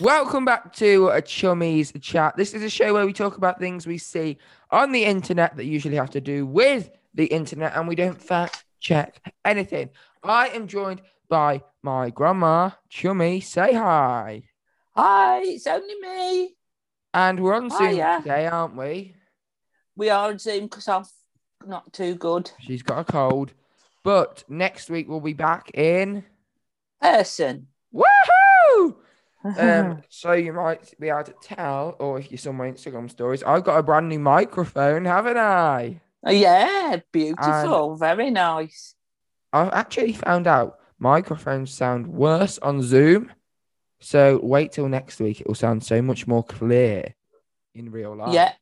Welcome back to a Chummies Chat. This is a show where we talk about things we see on the internet that usually have to do with the internet and we don't fact check anything. I am joined by my grandma, Chummy. Say hi. Hi, it's only me. And we're on Zoom Hiya. today, aren't we? We are on Zoom because I'm not too good. She's got a cold. But next week we'll be back in. Person. Woohoo! Um, so you might be able to tell, or if you saw my Instagram stories, I've got a brand new microphone, haven't I? yeah, beautiful. Very nice. I've actually found out microphones sound worse on Zoom. So wait till next week; it will sound so much more clear in real life. Yeah.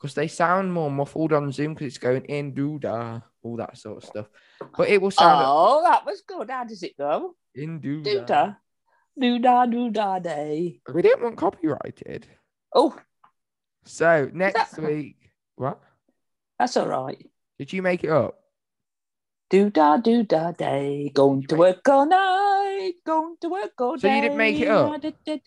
because they sound more muffled on Zoom because it's going in doo da, all that sort of stuff. But it will sound Oh, that was good. How does it go? in doo Do da. da. Do da do da day. We didn't want copyrighted, Oh, so next week. What that's all right. did you make it up? Do da do da day. Going to work all night. Going to work all So day. you didn't make it up? I did- did.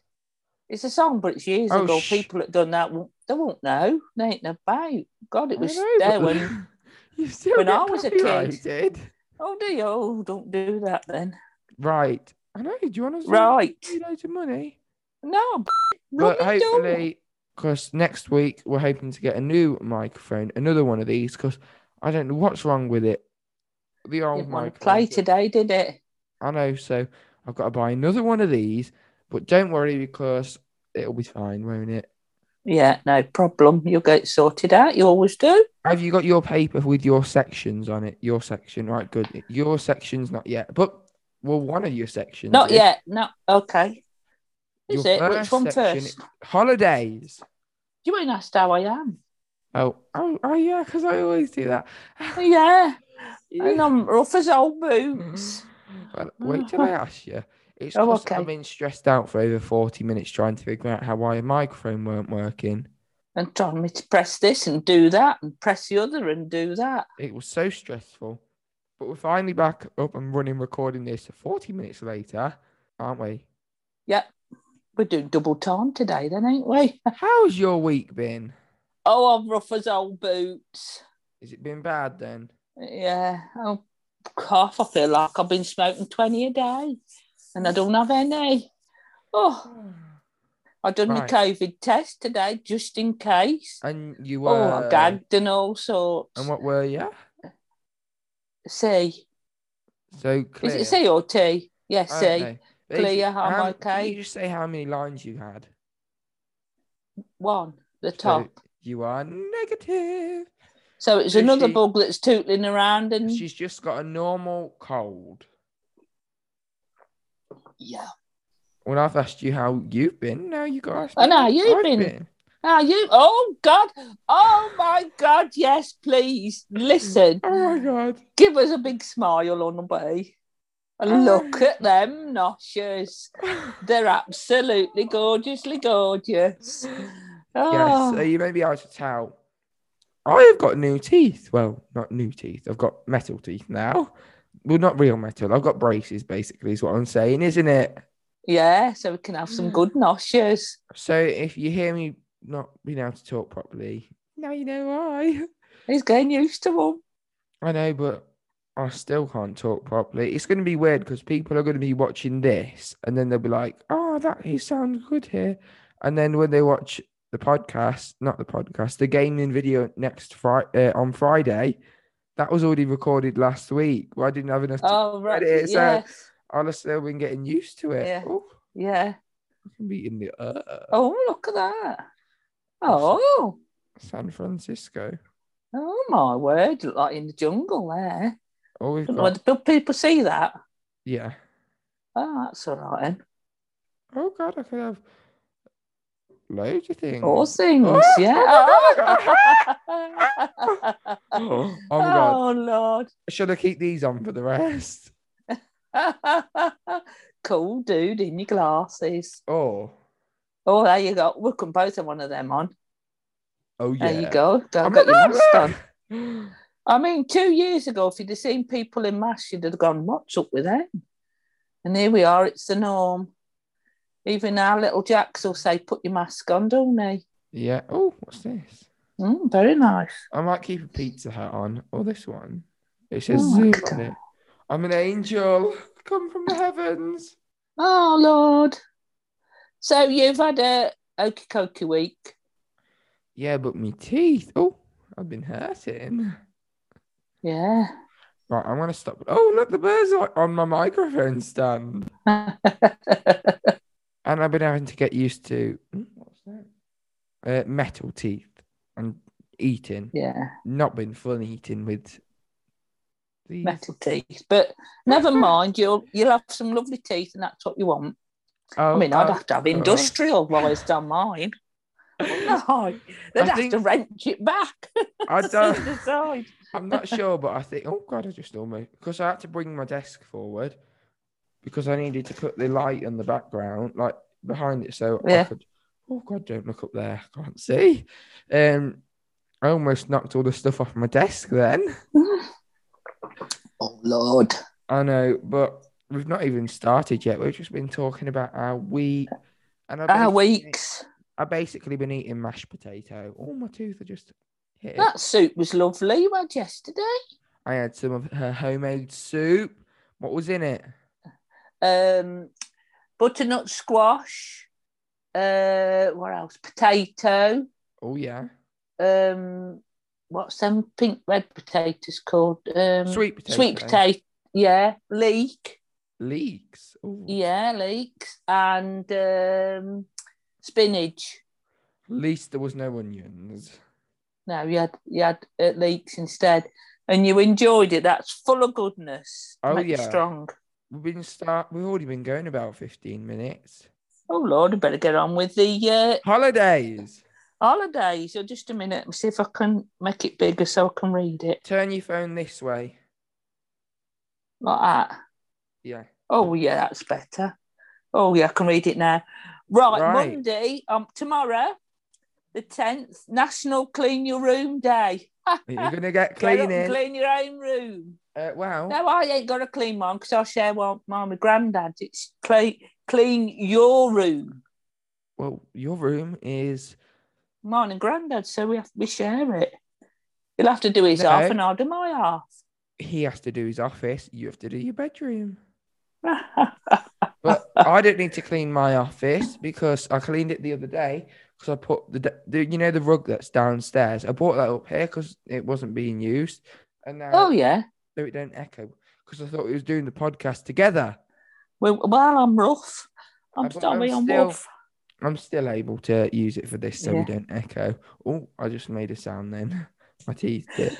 It's a song, but it's years Oh, ago. sh- People that done that won't, they won't know. They ain't about. God, it I was know, there but when. you still when get I was a kid. copyrighted. Oh dear, oh, don't do that then. Right. I know. Do you want to Right. pay loads of money? No, b- But rubbish, don't. hopefully, because next week we're hoping to get a new microphone, another one of these, because I don't know what's wrong with it. The old Didn't want to microphone. play today, did it? I know. So I've got to buy another one of these, but don't worry because it'll be fine, won't it? Yeah, no problem. You'll get it sorted out. You always do. Have you got your paper with your sections on it? Your section, right? Good. Your section's not yet, but well, one of your sections. Not is. yet. No. Okay. Is Your it? Which first one section- first? Holidays. You won't ask how I am. Oh, oh, oh yeah, because I always do that. Yeah. And I'm rough as old boots. Mm-hmm. Well, wait till I ask you. It's Mm. Oh, 'cause okay. I've been stressed out for over 40 minutes trying to figure out how my microphone weren't working. And telling me to press this and do that and press the other and do that. It was so stressful. But we're finally back up and running, recording this 40 minutes later, aren't we? We're doing double time today, then, ain't we? How's your week been? Oh, I'm rough as old boots. Has it been bad then? Yeah, oh, cough. I feel like I've been smoking 20 a day and I don't have any. Oh, I done Right. a COVID test today just in case. And you were. Oh, I gagged and all sorts. And what were you? C. So clear. Is it C or T? Yeah, I C. don't know. But if Clear, you- I'm how- Can okay. you just say how many lines you had? One, the So top. you are negative. So it's so another she- bug that's tootling around and She's just got a normal cold. yeah. When I've asked you how you've been, now you got to ask I me know, how Oh, you've I've been. Are you? Oh God! Oh my God! Yes, please listen. Oh my god. give us a big smile on the way. And look at them noshes. They're absolutely gorgeously gorgeous. Yes, Oh, so you may be able to tell. I have got new teeth. Well, not new teeth. I've got metal teeth now. Well, not real metal. I've got braces, basically, is what I'm saying, isn't it? yeah, so we can have some good noshes. So if you hear me not being able to talk properly, now you know why. He's getting used to them. I know, but I still can't talk properly. It's going to be weird because people are going to be watching this and then they'll be like, oh, that he sounds good here. And then when they watch the podcast, not the podcast, the gaming video next Friday uh, on Friday, that was already recorded last week. Well, I didn't have enough. To- Oh, right. is, uh, Yes. I'll still been getting used to it. Yeah. Oh, Yeah. I can be in the uh, Oh, look at that. Oh, San Francisco. oh my word. Look like in the jungle there. Oh, we've Well, got, do people see that? yeah. Oh, that's all right. then. Oh God, I could have loads of things. All things. Oh, Yeah. oh oh, oh my Oh, God. Lord. Should I keep these on for the rest? Oh, cool dude in your glasses. Oh, Oh, there you go. We can both have one of them on. oh yeah. There you go. Go I'm get your like, mask on. "Look." I mean, two years ago, if you'd have seen people in masks, you'd have gone, What's up with them? And here we are, it's the norm. Even our little jacks will say, put your mask on, don't they? Yeah. Oh, what's this? Mm, very nice. I might keep a Pizza Hut on, or this one. It says Oh Zoom my God. on it. I'm an angel, come from the heavens. Oh, Lord. So you've had a okie cokey week. Yeah, but my teeth. Oh, I've been hurting. Yeah. Right, I'm gonna stop. Oh, look, the birds are on my microphone stand, and I've been having to get used to Hmm, what's that? Uh, metal teeth and eating. yeah. Not been fun eating with these. Metal teeth. But never mind, you'll you'll have some lovely teeth and that's what you want. Oh, I mean, I'd oh, have to have oh. industrial wise on mine. No, they'd have think- to wrench it back. I to don't. the side. I'm not sure, but I think, oh God, I just almost, because I had to bring my desk forward because I needed to put the light in the background, like behind it. So I Yeah. could, oh God, don't look up there. I can't see. Um, I almost knocked all the stuff off my desk then. Oh Lord. I know, but we've not even started yet. We've just been talking about our wheat. And I Our basically- weeks. i basically been eating mashed potato. All my teeth are just hit. it. That soup was lovely. You had yesterday. I had some of her homemade soup. What was in it? Um butternut squash. Uh what else? Potato. Oh, yeah. Um what's them pink red potatoes called? Um sweet potato. sweet potato. Yeah. Leek. Leeks. Ooh. Yeah, leeks. And um spinach. At least there was no onions. No, you had you had uh, leeks instead, and you enjoyed it. That's full of goodness. Oh, Make you yeah. strong. We've been start. We've already been going about fifteen minutes. Oh Lord, I better get on with the uh, Holidays. holidays. So just a minute, and see if I can make it bigger so I can read it Turn your phone this way. like that. Yeah. Oh yeah, that's better. Oh yeah, I can read it now. Right, Right. Monday, um, tomorrow, the tenth, National Clean Your Room Day. You're gonna get Get up cleaning. and clean your own room. Uh, wow. No, I ain't got to clean mine because I share one mine with granddad. It's clean, clean your room, Well, your room is. mine and granddad. So we have we share it. He'll have to do his No. half, and I'll do my He has to do his office. You have to do your bedroom. half. But I don't need to clean my office because I cleaned it the other day because I put the, d- the you know the rug that's downstairs. I brought that up here because it wasn't being used, and now oh yeah. so it don't echo because I thought we was doing the podcast together. Well, well I'm rough. I'm I've- sorry, I'm I'm, still- rough. I'm still able to use it for this so we Yeah. don't echo. Oh, I just made a sound then. My teeth did.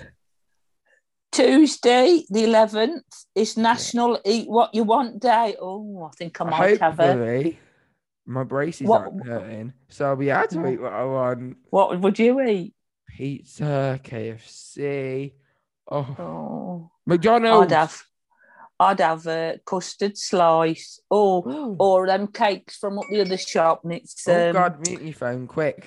Tuesday, the eleventh, is National Eat What You Want Day. Oh, I think I might have a. Hopefully, my braces What- aren't hurting, so I'll be able to Yeah. eat what I want. What would you eat? Pizza, KFC, oh, Oh, I'd McDonald's. have, I'd have a custard slice. Oh, Ooh. oh, or them cakes from up the other shop, and it's um, God, mute your phone quick.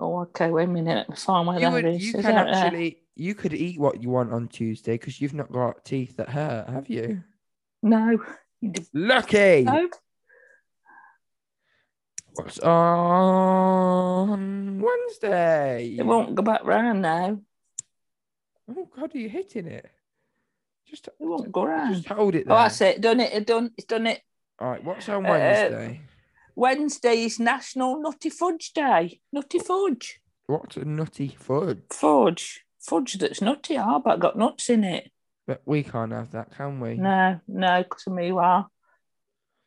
oh, okay, wait a minute, let me find where You, that would, is. you Is can that uh, there? actually, you could eat what you want on Tuesday because you've not got teeth that hurt, have you? no, Lucky. no, What's on Wednesday? it won't go back round now. Oh God, are you hitting it? Just, It won't go just round. hold it Oh, there. that's it. Done it. it Done. It's done it. All right, what's on Uh, Wednesday? Wednesday is National Nutty Fudge Day. Nutty fudge, What's a nutty fudge? fudge, fudge that's nutty. I but got nuts in it. But we can't have that, can we? No, no, because of me. Well,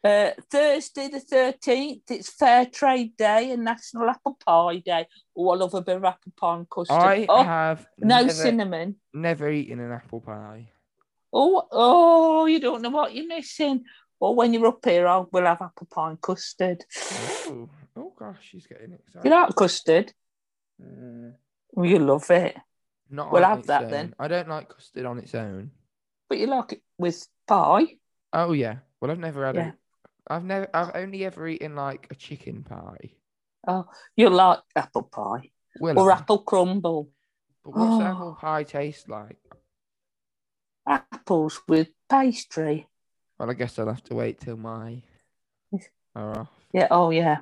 uh, Thursday the thirteenth, it's Fair Trade Day and National Apple Pie Day. Oh, I love a bit of apple pie and custard. I oh, have No never, cinnamon. never eaten an apple pie. Oh, oh, you don't know what you're missing. Well, when you're up here, I'll, we'll have apple pie and custard. Oh, oh gosh, she's getting excited. You like custard? Mm, Well, you love it, not We'll on have its that own. then. I don't like custard on its own. but you like it with pie. Oh yeah. Well, I've never had Yeah. it. I've never. I've only ever eaten like a chicken pie. You like apple pie Will or I? apple crumble. But what's Oh. apple pie taste like? Apples with pastry. Well, I guess I'll have to wait till my are off. Yeah. Oh, yeah.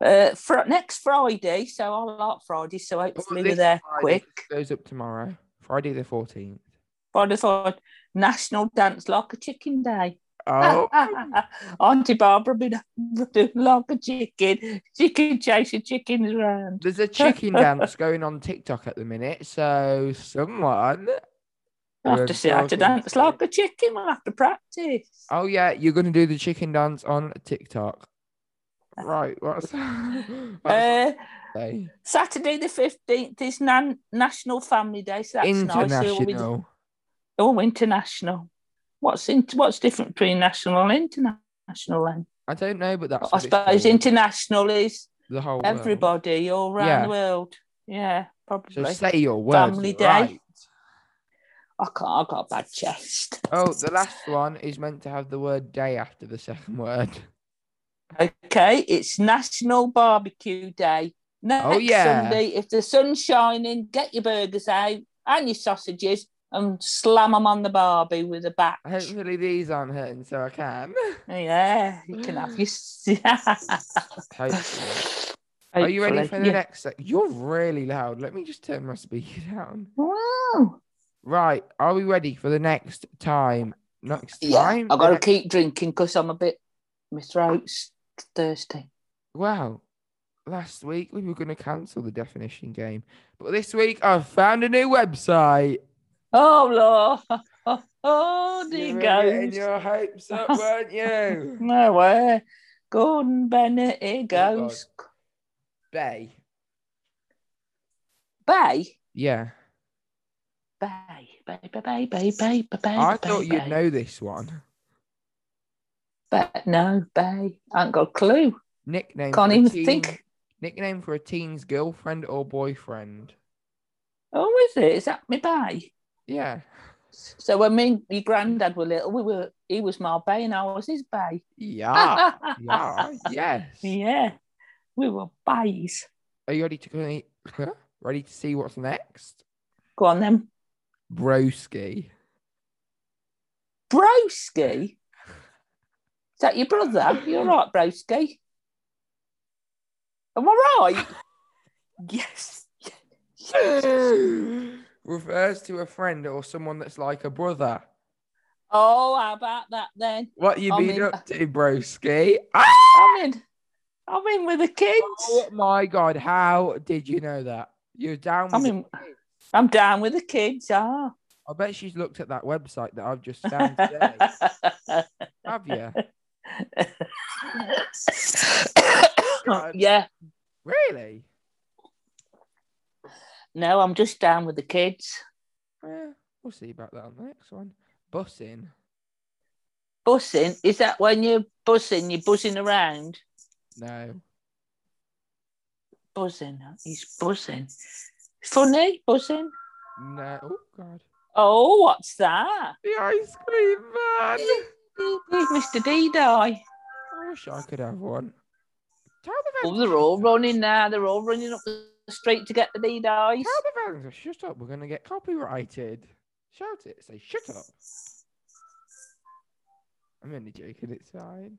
Uh, fr- next Friday, so I like Friday, so hopefully we're Oh, this there Friday quick. Goes up tomorrow, Friday the 14th. Friday thought National Dance Like a Chicken Day. Oh, Auntie Barbara been doing like a chicken, chicken chasing chickens around. there's a chicken dance going on TikTok at the minute. So someone. um, I have to Good see how to talking. dance like a chicken. We'll have to practice. Oh yeah, you're gonna do the chicken dance on TikTok. Right. What's that? Uh, day? Saturday the 15th is Nan- National Family Day, so that's nice. We'll be- International. Oh, international. What's in, what's different between national and international then? I don't know, but that's I what it's suppose called. international is the whole world. everybody all around Yeah. the world. Yeah, So probably. say your words. Family you're day. right. I can't. I got a bad chest. Oh, the last one is meant to have the word day after the second word. Okay, it's National Barbecue Day. Next Oh, yeah. Sunday, if the sun's shining, get your burgers out and your sausages and slam them on the barbie with a bat. Hopefully these aren't hurting, so I can. Yeah, you can have your. Hopefully. Are you ready for the Yeah. next? sec- You're really loud. Let me just turn my speaker down. Wow. Right, are we ready for the next time? Next Yeah, time? The i got to next- keep drinking because I'm a bit. My throat's thirsty. Wow. Last week we were going to cancel the definition game, but this week I've found a new website. Oh, Lord. Oh, there You you were go. getting your hopes up, weren't you? No way. Gordon Bennett, here Oh, God. goes. Bay. Bay. Yeah, Bay. Bay, bay, bay, bay, bay, bay, bay. I bay, thought you'd bay. know this one. Ba- no, bay. I ain't got a clue. Nickname. Can't for a even teen- think. Nickname for a teen's girlfriend or boyfriend. Oh, is it? Is that me bay? Yeah, So when me and your granddad were little, we were he was my bay and I was his bay. yeah, yeah, yes. yeah. We were bays. Are you ready to ready to see what's next? Go on then. Broski. Broski. Is that your brother? You're right, Broski. Am I right? yes. yes. refers to a friend or someone that's like a brother. Oh, how about that then? What you I been mean- up to, broski? Ah! I'm in. I'm in with the kids. Oh my god, how did you know that? You're down with I'm in. I'm down with the kids. Ah. I bet she's looked at that website that I've just found today. Have you? God. yeah. Really? No, I'm just down with the kids. Yeah, we'll see about that on the next one. Bussing. Bussing. Is that when you're bussing? You're buzzing around. No. Buzzing. He's buzzing. Funny. Buzzing. No. Oh god. Oh, what's that? The ice cream man. He's Mr. D Die. I wish I could have one. Tell the Oh, they're all running now. They're all running up the street to get the D Dies. Tell the fans, shut up, we're going to get copyrighted. Shout it, say, shut up. I'm only joking, it's fine.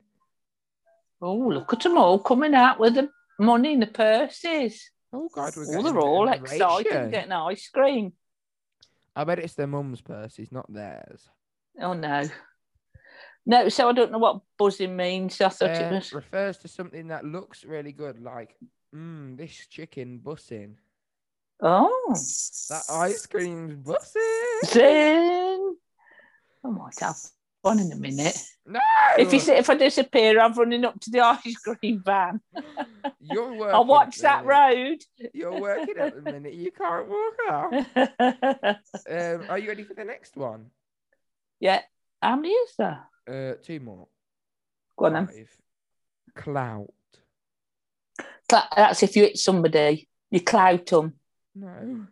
Oh, look at them all coming out with the money in the purses. Oh, God, we're Oh, getting they're all generation. excited getting ice cream. I bet it's their mum's purse, it's not theirs. Oh, no. No, so I don't know what buzzing means. So I thought Uh, it was. refers to something that looks really good, like, mmm, this chicken bussing. Oh. That ice cream's bussing. Zing. I might have one in a minute. No! If you say, if I disappear, I'm running up to the ice cream van. You're working. I'll watch at that the minute. road. You're working at the minute. You can't walk out. Um, are you ready for the next one? yeah. How many is there? Uh, two more. Go on then. Five. Clout. Cla- That's if you hit somebody, you clout them, No,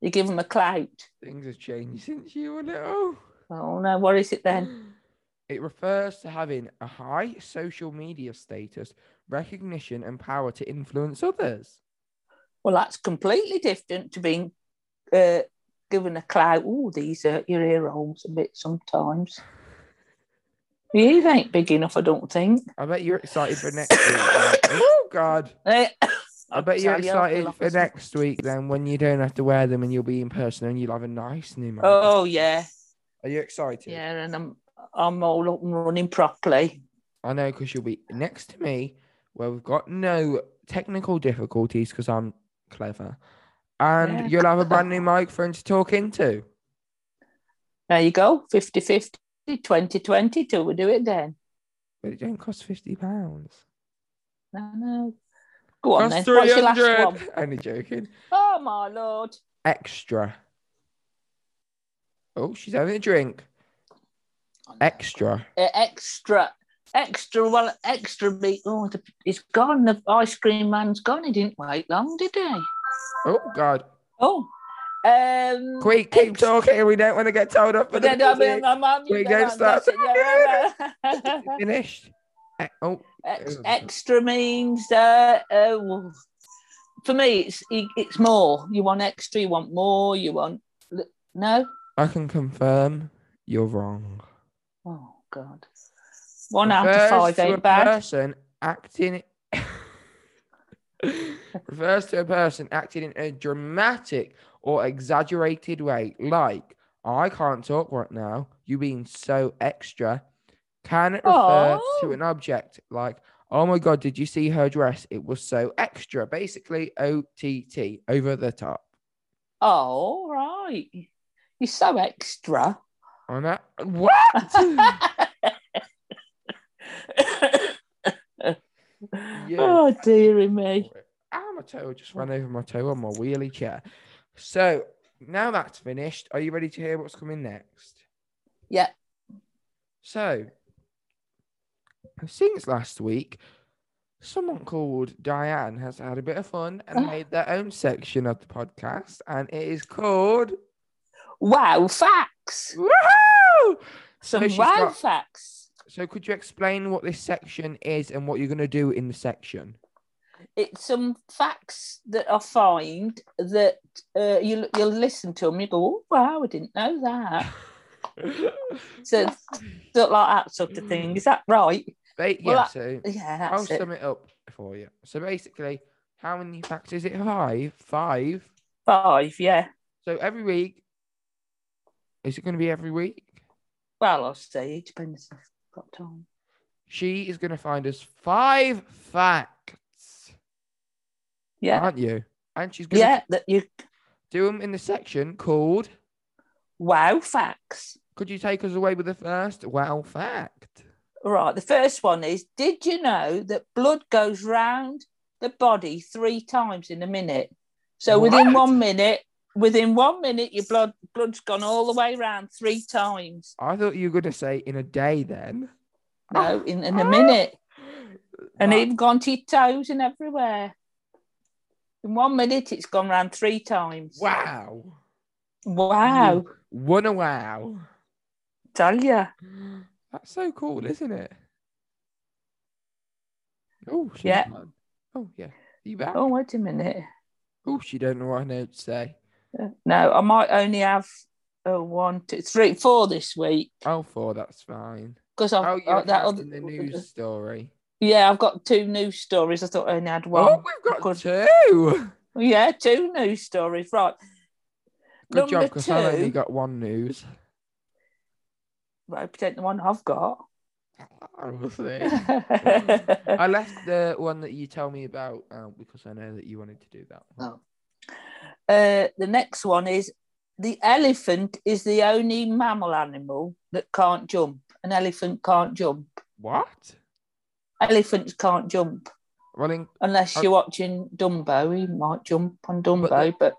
you give them a clout. things have changed since you were little. Oh no, what is it then? It refers to having a high social media status, recognition, and power to influence others. Well, that's completely different to being uh, given a clout. Oh, these hurt your ear holes a bit sometimes. He ain't big enough, I don't think. I bet you're excited for next week. right? oh God! Eh, I bet you're Sorry, I'll excited feel for like- next week then, when you don't have to wear them and you'll be in person and you'll have a nice new man. Oh yeah, Are you excited? yeah, and I'm I'm all up and running properly. I know because you'll be next to me where we've got no technical difficulties because I'm clever. And Yeah. you'll have a brand new microphone to talk into. There you go, 50-50, 2020 till we do it then. But it don't cost fifty pounds. No, no. Go on then. What's your last one? Only joking. Oh my lord. Extra. Oh, she's having a drink. Extra. Uh, extra, extra. Well, extra meat. Oh, the, it's gone. The ice cream man's gone. He didn't wait long, did he? Oh God. Oh. Um, Quick, keep ex- talking. We don't want to get told off for the But then, I music. mean, I'm, I'm, We I'm- don't start that's it, yeah, right, right. Finished. E- Oh, Ex- extra means uh, uh, well, for me, it's it's more. You want extra. You want more. You want no. I can confirm you're wrong. Oh God. One The out of first five to a ain't bad. person acting. refers to a person acting in a dramatic or exaggerated way, like "I can't talk right now," you being so extra, can refer to Oh. an object, like "Oh my god, did you see her dress? It was so extra." Basically, OTT, over the top. Oh, all right. You're so extra. On that, what? Oh dearie me. Ow, my toe just ran over my toe on my wheelie chair. So now that's finished, are you ready to hear what's coming next? Yeah. So since last week, someone called Diane has had a bit of fun and Ah. made their own section of the podcast, and it is called Wow, facts. Woohoo! So Some she's wow got- facts. So could you explain what this section is and what you're gonna do in the section? It's some facts that I find that uh, you you'll listen to them. You go, oh, wow, I didn't know that. So stuff like that sort of thing. Is that right? Ba- Well, yeah, I- so Yeah, I'll that's it. sum it up for you. So basically, how many facts is it? Five. Five. Five. Yeah. So every week, is it going to be every week? Well, I'll see. It depends if I've got time. She is going to find us five facts, Yeah. aren't you? And she's going Yeah. That you to do them in the section called wow facts. Could You Take Us Away with the First Wow Fact? Right, the first one is Did you know that blood goes round the body three times in a minute? So within What? one minute, within one minute, your blood blood's gone all the way round three times. I thought you were going to say in a day then. No, in, in a minute. And That- even gone to your toes and everywhere. In one minute, it's gone round three times. Wow. Mm. Wow. What a wow. Tell you. That's so cool, isn't it? Oh, she's Yeah. gone. Oh, yeah. You back? Oh, wait a minute. Oh, she don't know what I know to say. No, I might only have uh, one, two, three, four this week Oh, four, that's fine. because I've Oh, uh, you're that other in the news story. Yeah, I've got two news stories. I thought I only had one. oh, we've got good- two. Yeah, two news stories. Right. Good job, Number because I only two- got one news. Right, I pretend the one I've got. I will see. I oh. left the one that you tell me about um, because I know that you wanted to do that. One. uh, the next one is the elephant is the only mammal animal that can't jump. An elephant can't jump. What? Elephants can't jump Well, in, unless Oh. you're watching Dumbo. He might jump on Dumbo, the- but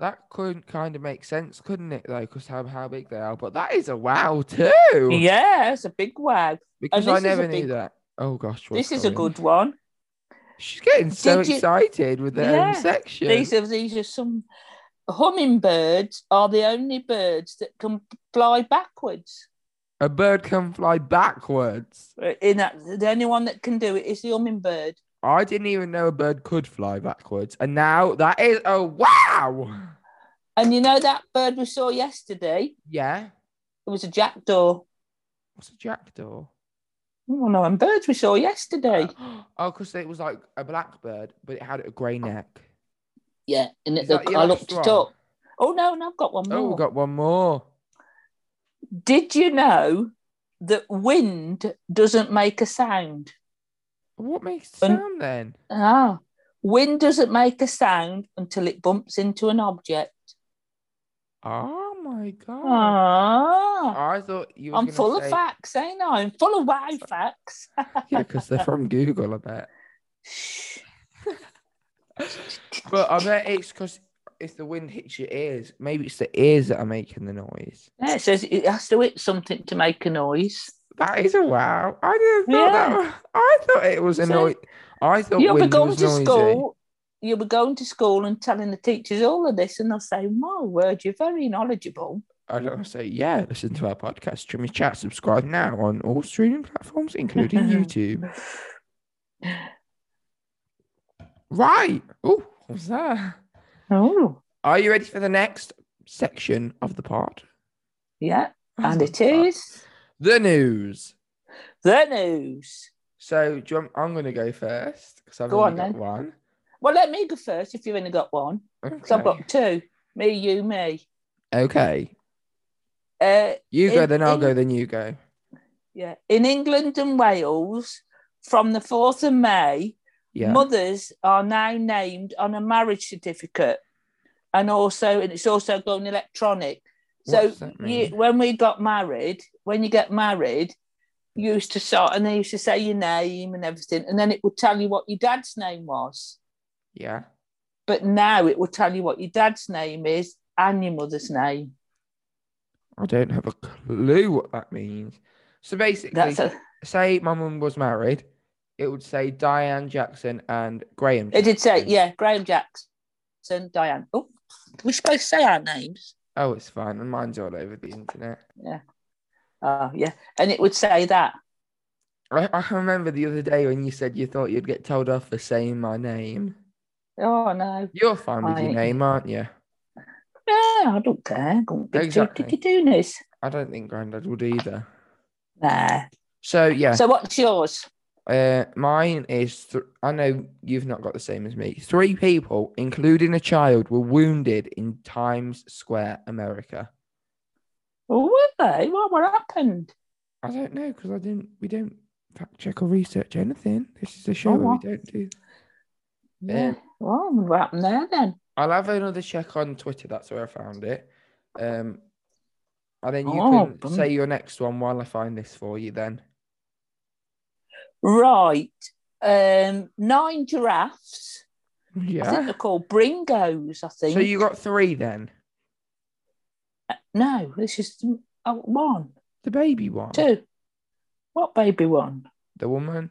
that could kind of make sense, couldn't it, though, because how, how big they are. But that is a wow, too. yeah, it's a big wow. Because this I is a never knew big- that. Oh gosh, what's This is a going on? good one. She's getting so Did you- excited with their own Yeah, section. These are these are some hummingbirds are the only birds that can fly backwards. Uh, A bird can fly backwards. In that, the only one that can do it is the hummingbird. I didn't even know a bird could fly backwards, and now that is a wow. And you know that bird we saw yesterday? Yeah, It was a jackdaw. what's a jackdaw? Oh, no, and birds we saw yesterday. Oh, because it was like a blackbird, but it had a grey neck. Yeah, and Is it, that your I last looked it one? up. Oh no, no, I've got one more. Oh, we got one more. Did you know that wind doesn't make a sound? What makes the Un- sound then? Ah, wind doesn't make a sound until it bumps into an object. Oh my god! Ah, I thought you. Was I'm gonna full say- of facts, ain't I? I'm full of wow facts. Yeah, because they're from Google, I bet. But I bet it's because if the wind hits your ears, maybe it's the ears that are making the noise. Yeah, it says it has to hit something to make a noise. That is a wow. I didn't thought that. Was, I thought it was a So- noise. I thought You'll be wind eh? going was to noisy. school. You'll be going to school and telling the teachers all of this, and they'll say, "My word, you're very knowledgeable." And I'll say, yeah, listen to our podcast, Jimmy Chat. Subscribe now on all streaming platforms, including YouTube. Right. Oh, what's that? Oh, Are you ready for the next section of the pod? yeah, and it is the news. the news. So, do you want, I'm going to go first because I've Go only on, got then. one. Well, let me go first if you've only got one. Okay. So I've got two. Me, you, me. okay. Uh, You go, In- then I'll in- go, then you go. yeah. In England and Wales, from the 4th of May, Yeah. mothers are now named on a marriage certificate. And also, and it's also going electronic. What So does that you, mean? when we got married, when you get married, you used to start and they used to say your name and everything. And then it would tell you what your dad's name was. yeah. But now it will tell you what your dad's name is and your mother's name. I don't have a clue what that means. So basically, That's a, say my mum was married, it would say Diane Jackson and Graham. it did say, Jackson. yeah, Graham Jackson, Diane. Oh, we're supposed to say our names. Oh, it's fine. And mine's all over the internet. Oh, yeah. And it would say that. I, I can remember the other day when you said you thought you'd get told off for saying my name. Oh, no. You're fine with your I- name, aren't you? Yeah, I don't care. I don't think Exactly. too this. I don't think Grandad would either. Nah. So yeah, So what's yours? uh, mine is. Th- I know you've not got the same as me. Three people, including a child, were wounded in Times Square, America. Oh, were they? What, what happened? I don't know because I didn't. We don't fact check or research anything. This is a show where Oh, wow. we don't do. Yeah. Well, what happened there then? I'll have another check on Twitter. That's where I found it. Um, and then you Oh, can brilliant. say your next one while I find this for you. Then Right. Um, nine giraffes. I think yeah. they're called bringos, I think. So you got three then. No, this is oh, one, The baby one, two. What baby one? the woman.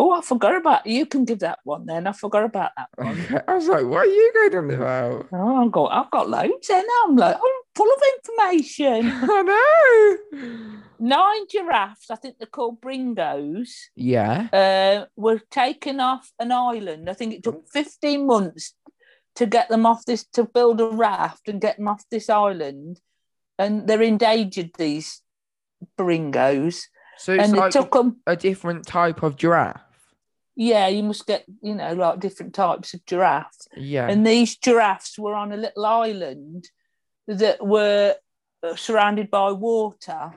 Oh, I forgot about you can give that one then. I forgot about that one. Okay. I was like, what are you going on about? Oh, I've got I've got loads then. I'm like, I'm full of information. I know. Nine giraffes, I think they're called bringos. Yeah. uh, were taken off an island. I think it took 15 months to get them off this, to build a raft and get them off this island. And they're endangered, these bringos. So it's and it like took them, a different type of giraffe. yeah, you must get, you know, like different types of giraffe. Yeah. And these giraffes were on a little island that were uh, surrounded by water.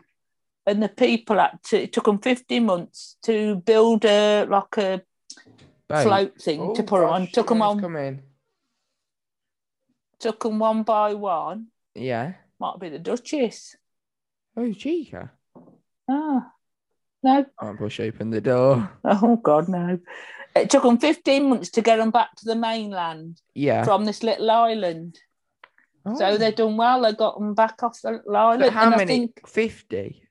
And the people had to, it took them 15 months to build a, like a, Babe. float thing to Oh, put 'em on. gosh, Took 'em someone's on, Come in. took 'em one by one. Yeah. Might be the Duchess. Oh, Chica. Ah, no. Can't push open the door. Oh God, no. It took 'em 15 months to get 'em back to the mainland Yeah. from this little island. Oh. So they done well. They got 'em back off the little island. So how and I many? think 50.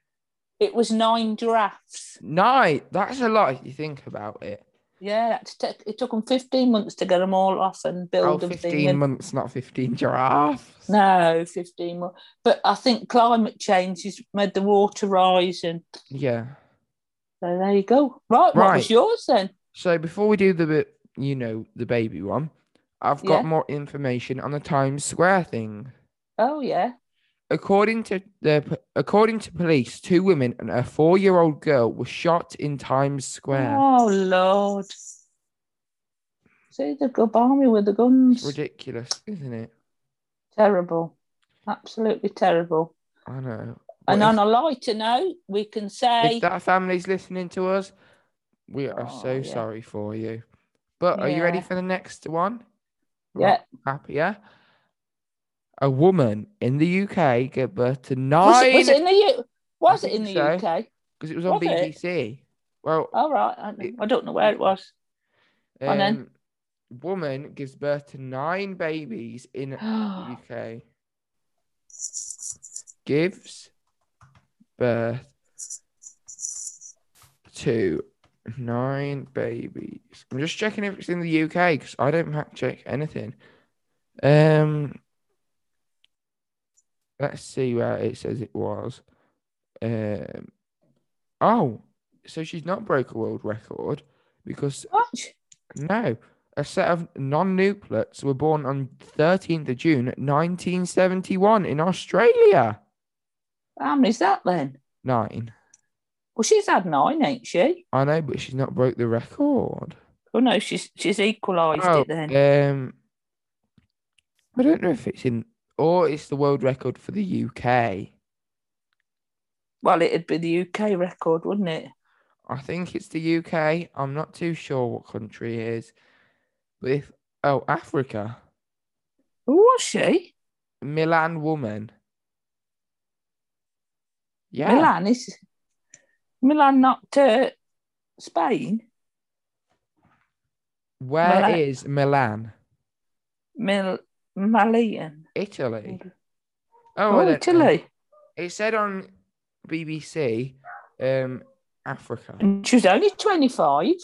it was nine giraffes. Nine. That's a lot if you think about it. Yeah, that's took- it took 'em 15 months to get 'em all off and Oh, build 'em 15 thing. and- months, not 15 giraffes. no, 15 more. But I think climate change has made the water rise and Yeah. So there you go. Right, what Right. was yours then? So before we do the, bit, you know, the baby one, I've got Yeah. more information on the Times Square thing. Oh yeah. According to the according to police, two women and a four-year-old girl were shot in Times Square. Oh Lord. See, they've got army with the guns. It's ridiculous, isn't it? Terrible. Absolutely terrible. I know. and But on a lighter note, we can if, say if that family's listening to us, we are so Oh, yeah. sorry for you. But are you ready Yeah. for the next one? yeah, Happy, yeah. A woman in the UK gave birth to nine. was it, was it in the U? Was it in the think so. UK? because it was on Was it? BBC. Well, All right, I, don't- I don't know where it was. on Oh, then. um, woman gives birth to nine babies in UK. Gives birth to nine babies. I'm just checking if it's in the UK because I don't fact check anything. Um, let's see where it says it was. Um, oh, so she's not broke a world record because What? no, a set of non-nucleates were born on 13th of June 1971 in Australia. How many's that then? Nine. Well, she's had nine, ain't she? I know, but she's not broke the record. Oh no, she's she's equalised Oh, it then. um, I don't know if it's in or it's the world record for the UK. I Well, it'd be the UK record, wouldn't it? think it's the UK. I'm not too sure what country it is. But if oh, Africa, Who was she? Milan woman. Yeah, Milan is Milan not uh, Spain. where Milan. is Milan? Mil Malian. Italy. Okay. Oh, I Oh, don't know. Italy. It said on BBC, um, Africa. And she was only twenty five.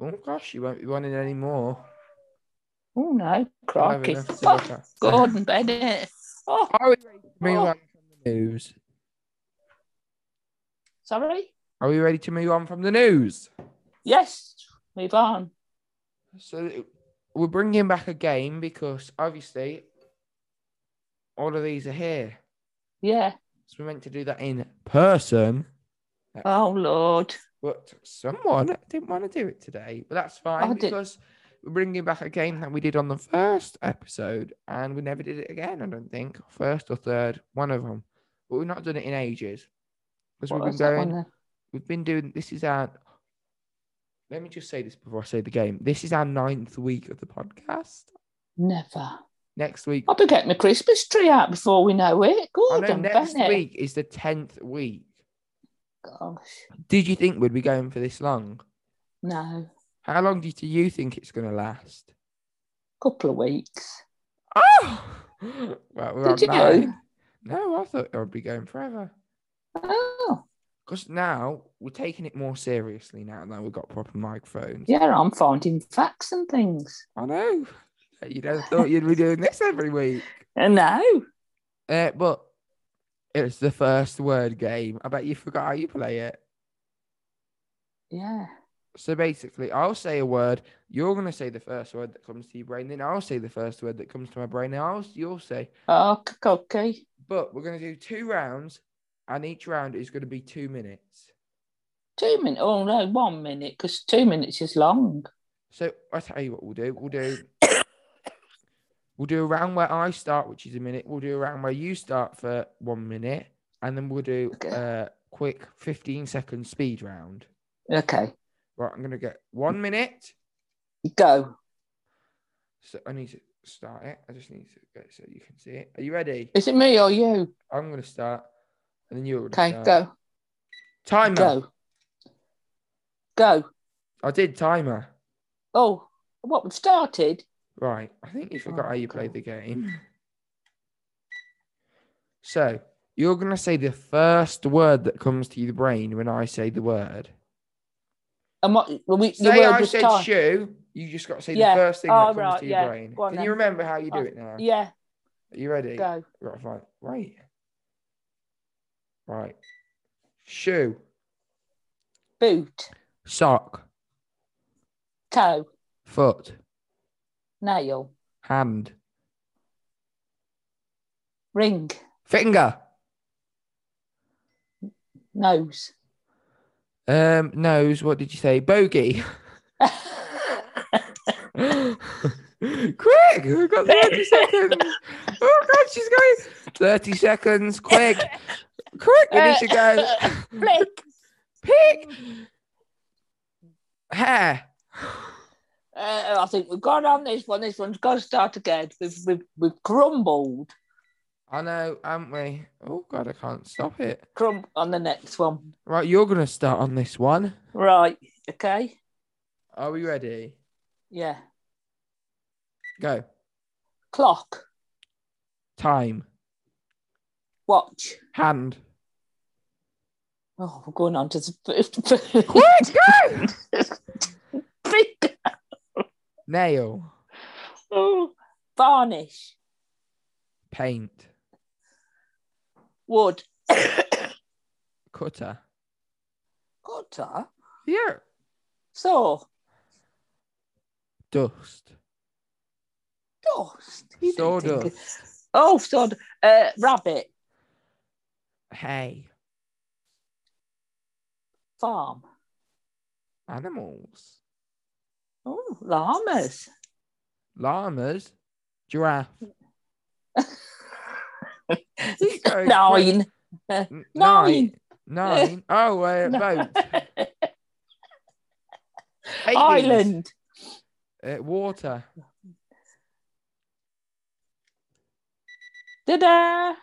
Oh gosh, you won't be wanting any more. Oh no, I'll have crikey. enough to Oh, look at. Gordon Bennett. Oh, Are we ready to move Oh. on from the news? sorry. Are we ready to move on from the news? Yes, move on. So we're bringing back a game because obviously all of these are here. Yeah. So we're meant to do that in person, Oh Lord. but someone didn't want to do it today. But that's fine I did- because we're bringing back a game that we did on the first episode and we never did it again, I don't think. First or third, one of them. But we've not done it in ages. Because What we've been was that going one then? we've been doing this is our let me just say this before I say the game. This is our ninth week of the podcast. Never. Next week, I'll be getting my Christmas tree out before we know it. I Gordon know next Bennett. week is the tenth week. Gosh, Did you think we'd be going for this long? no. How long do you- do you think it's going to last? Couple of weeks. Oh, well, we're Did on you? nine. No, I thought I'd be going forever. Oh, Because now we're taking it more seriously now that we've got proper microphones. yeah, I'm finding facts and things. I know. You never thought you'd be doing this every week. Uh, No. Uh, but it's the first word game. I bet you forgot how you play it. Yeah. So basically, I'll say a word. You're gonna say the first word that comes to your brain. Then I'll say the first word that comes to my brain. And I'll you'll say. Oh, c- okay. But we're gonna do two rounds, and each round is gonna be two minutes. Two minutes. Oh, no, one minute, because two minutes is long. So I tell you what we'll do. We'll do. we'll do a round where I start, which is a minute. We'll do a round where you start for one minute, and then we'll do Okay. a quick 15 second speed round. Okay. Right, I'm gonna get one minute. Go. So I need to start it. I just need to get it so you can see it. Are you ready? Is it me or you? I'm gonna start, and then you're Okay, start. go. Timer. Go. Go. I did timer. Oh, what we've started? Right. I think you forgot Oh, how you played God. the game. So you're gonna say the first word that comes to your brain when I say the word. And what we Say word I was said time. shoe. You just got to say Yeah. the first thing Oh, that comes right, to your yeah. brain. Go on Can you then. remember how you do Oh, it now? Yeah, Are you ready? go. Right. Fine. Right. Right. Shoe. Boot, Sock. toe, Foot. nail, Hand. ring, Finger. Nose. Um, nose. What did you say? Bogey. Uh, quick! We've got 30 seconds. Oh, God, she's going. 30 seconds. Quick. Quick. We need to go. Flick. Pick. Hair. Uh, I think we've gone on this one. This one's got to start again. We've, we've, we've crumbled. I know, haven't we? Oh, God, I can't stop it. Crumb on the next one. Right, you're going to start on this one. Right. Okay. Are we ready? Yeah. Go. Clock. Time. Watch. Hand. Oh, we're going on to the Quick, go! big Nail. oh, varnish Paint. wood Cutter. cutter Yeah. saw Dust. dust. You don't think Sawdust. it- Oh, sod. Uh, rabbit Hay. farm. Animals. Oh, llamas. Llamas. Giraffe. Very Nine. N- Nine. Nine. Oh, uh, boat. Aliens. Island. Uh, water. Da da.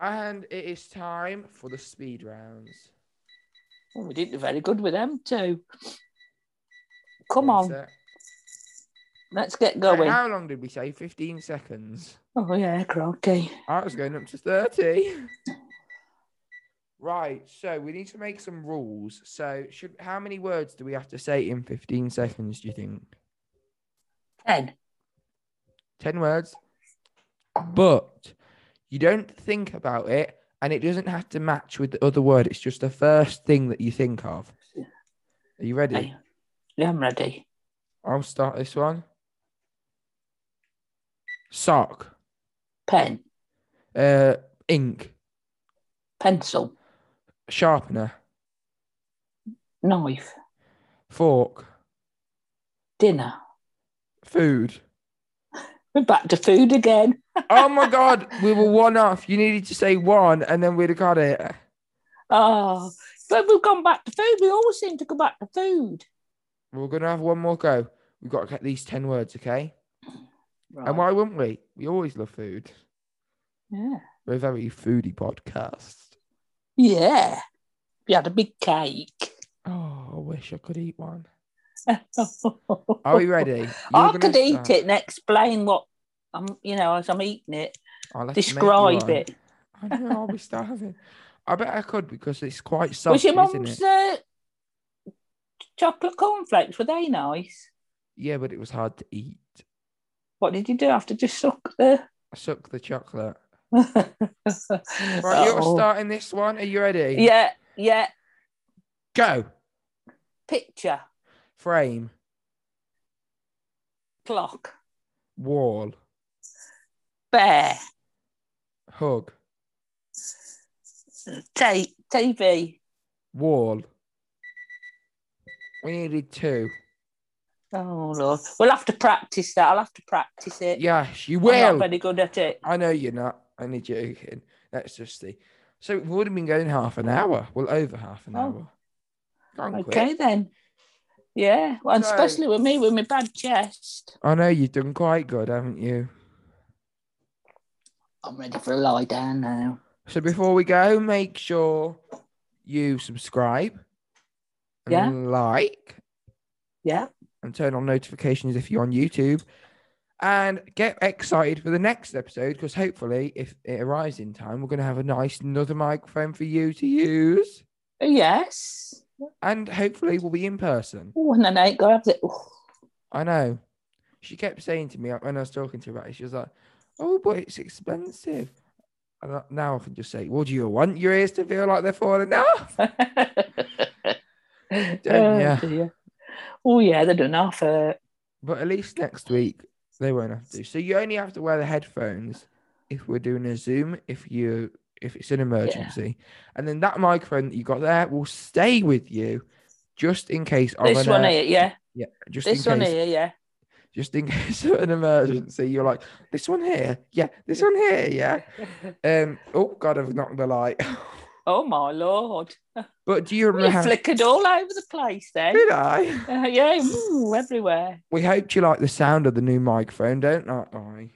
And it is time for the speed rounds. Oh, we didn't do very good with them too. Come One on, sec. let's get Right, going. how long did we say? 15 seconds. Oh yeah, croaky. I was going up to 30. Right, so we need to make some rules. So, should how many words do we have to say in 15 seconds, do you think? Ten. 10 words. But you don't think about it and it doesn't have to match with the other word. It's just the first thing that you think of. Are you ready? Hey. Yeah, I'm ready. I'll start this one. Sock. Pen, Uh, ink. pencil, Sharpener. knife, Fork. dinner. Food. We're back to food again. Oh my god, we were one off. You needed to say one and then we'd have got it. Oh, but we've gone back to food. We always seem to go back to food. We're gonna have one more go. We've got to get these ten words, okay? Right. And why wouldn't we? We always love food. yeah. We're a very foodie podcast. Yeah. We had a big cake. Oh, I wish I could eat one. Are we ready? You're I gonna could eat start. it and explain what I'm, you know, as I'm eating it, I'll have to Oh, make you describe one. it. I know, I'll be starving. I bet I could because it's quite soft, Was your isn't it? mum's uh, chocolate cornflakes? Were they nice? Yeah, but it was hard to eat. What did you do after just suck the? I suck the chocolate. right, Right, you're starting this one. Are you ready? Yeah, yeah. Go. Picture, Frame. clock, Wall. bear, Hug. tape, TV. Wall. We needed two. Oh Lord, we'll have to practice that. I'll have to practice it. Yes, you I'm not will. very good at it. I know you're not. Only joking. Let's just see. So we've already been going half an hour. Well, over half an Oh. hour. Can't Okay then. Yeah, well, and So- especially with me with my bad chest. I know you've done quite good, haven't you? I'm ready for a lie down now. So before we go, make sure you subscribe and Yeah. like Yeah, and turn on notifications if you're on YouTube. And get excited for the next episode because hopefully, if it arrives in time, we're going to have a nice another microphone for you to use. yes. And hopefully, we'll be in person. Oh, and then I ain't got it. Oh, I know. She kept saying to me like, when I was talking to her about it, she was like, "Oh, but it's expensive." And I- now I can just say, "Well, do you want your ears to feel like they're falling off?" oh, ya? dear. Oh, yeah, they're done half hurt. But at least next week they won't have to. So you only have to wear the headphones if we're doing a Zoom. If you if it's an emergency. And then that microphone that you got there will stay with you just in case of This an one uh, here, yeah. yeah, just This in one case here, yeah. just in case of an emergency. You're like, this one here, yeah, this one here, yeah. Um, oh god, I've knocked the light. Oh my lord! but do you You remember? how- flickered all over the place then. did I? Uh, yeah, ooh, everywhere. We hoped you like the sound of the new microphone, don't I?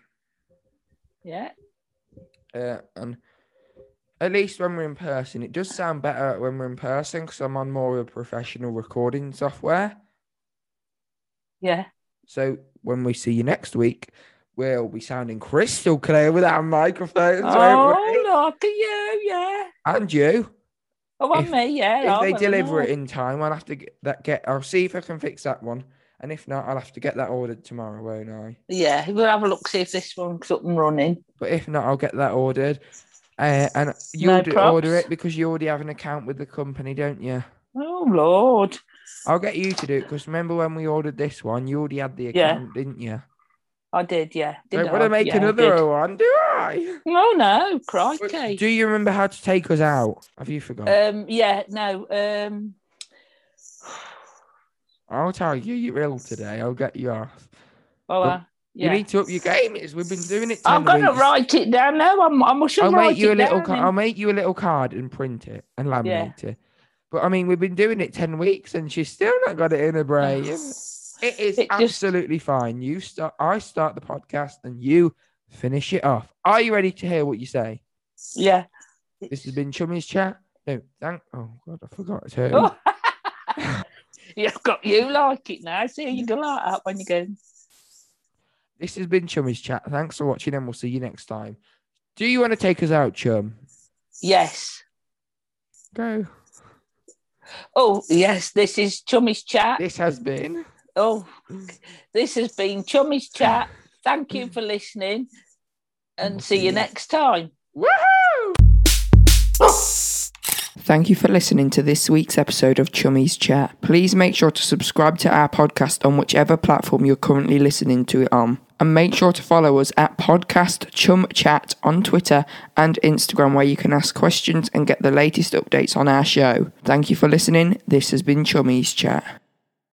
Yeah, Uh, and at least when we're in person, it does sound better when we're in person because I'm on more of a professional recording software. yeah. So when we see you next week, we'll be sounding crystal clear with our microphones, won't oh, we? look at you, yeah. And you. Oh, on If- me, yeah. if oh, they well, deliver no. it in time, I'll have to get that. Get I'll see if I can fix that one, and if not, I'll have to get that ordered tomorrow, won't I? Yeah, we'll have a look see if this one's up and running. But if not, I'll get that ordered. Uh, and you'll No do- order props. it because you already have an account with the company, don't you? Oh lord, I'll get you to do it because remember when we ordered this one, you already had the Yeah. account, didn't you? I did, yeah. Did Don't want to make yeah, I another did. one, do I? Oh no, But crikey. Do you remember how to take us out? Have you forgotten? Um, yeah, no. Um, I'll tell you, you're ill today. I'll get you off. well, Well, uh, yeah. You need to up your game. It's we've been doing it. 10 I'm gonna weeks. write it down now. I'm, I must I'll write make you a it little. down Ca- in- I'll make you a little card and print it and laminate it. But I mean, we've been doing it ten weeks, and she's still not got it in her brain. It is It just- absolutely fine. You start. I start the podcast, and you finish it off. Are you ready to hear what you say? yeah. This has been Chummy's chat. No, thank. Oh God, I forgot it's her. Oh. You've got you like it now. See, you go like that when you go. This has been Chummy's chat. Thanks for watching, and we'll see you next time. Do you want to take us out, Chum? Yes. Go. Oh yes, this is Chummy's chat. This has been. Oh, this has been Chummy's chat. Thank you for listening, and Mm. see you next time. Woohoo! Thank you for listening to this week's episode of Chummy's Chat. Please make sure to subscribe to our podcast on whichever platform you're currently listening to it on. And make sure to follow us at Podcast Chum Chat on Twitter and Instagram, where you can ask questions and get the latest updates on our show. Thank you for listening. This has been Chummy's Chat.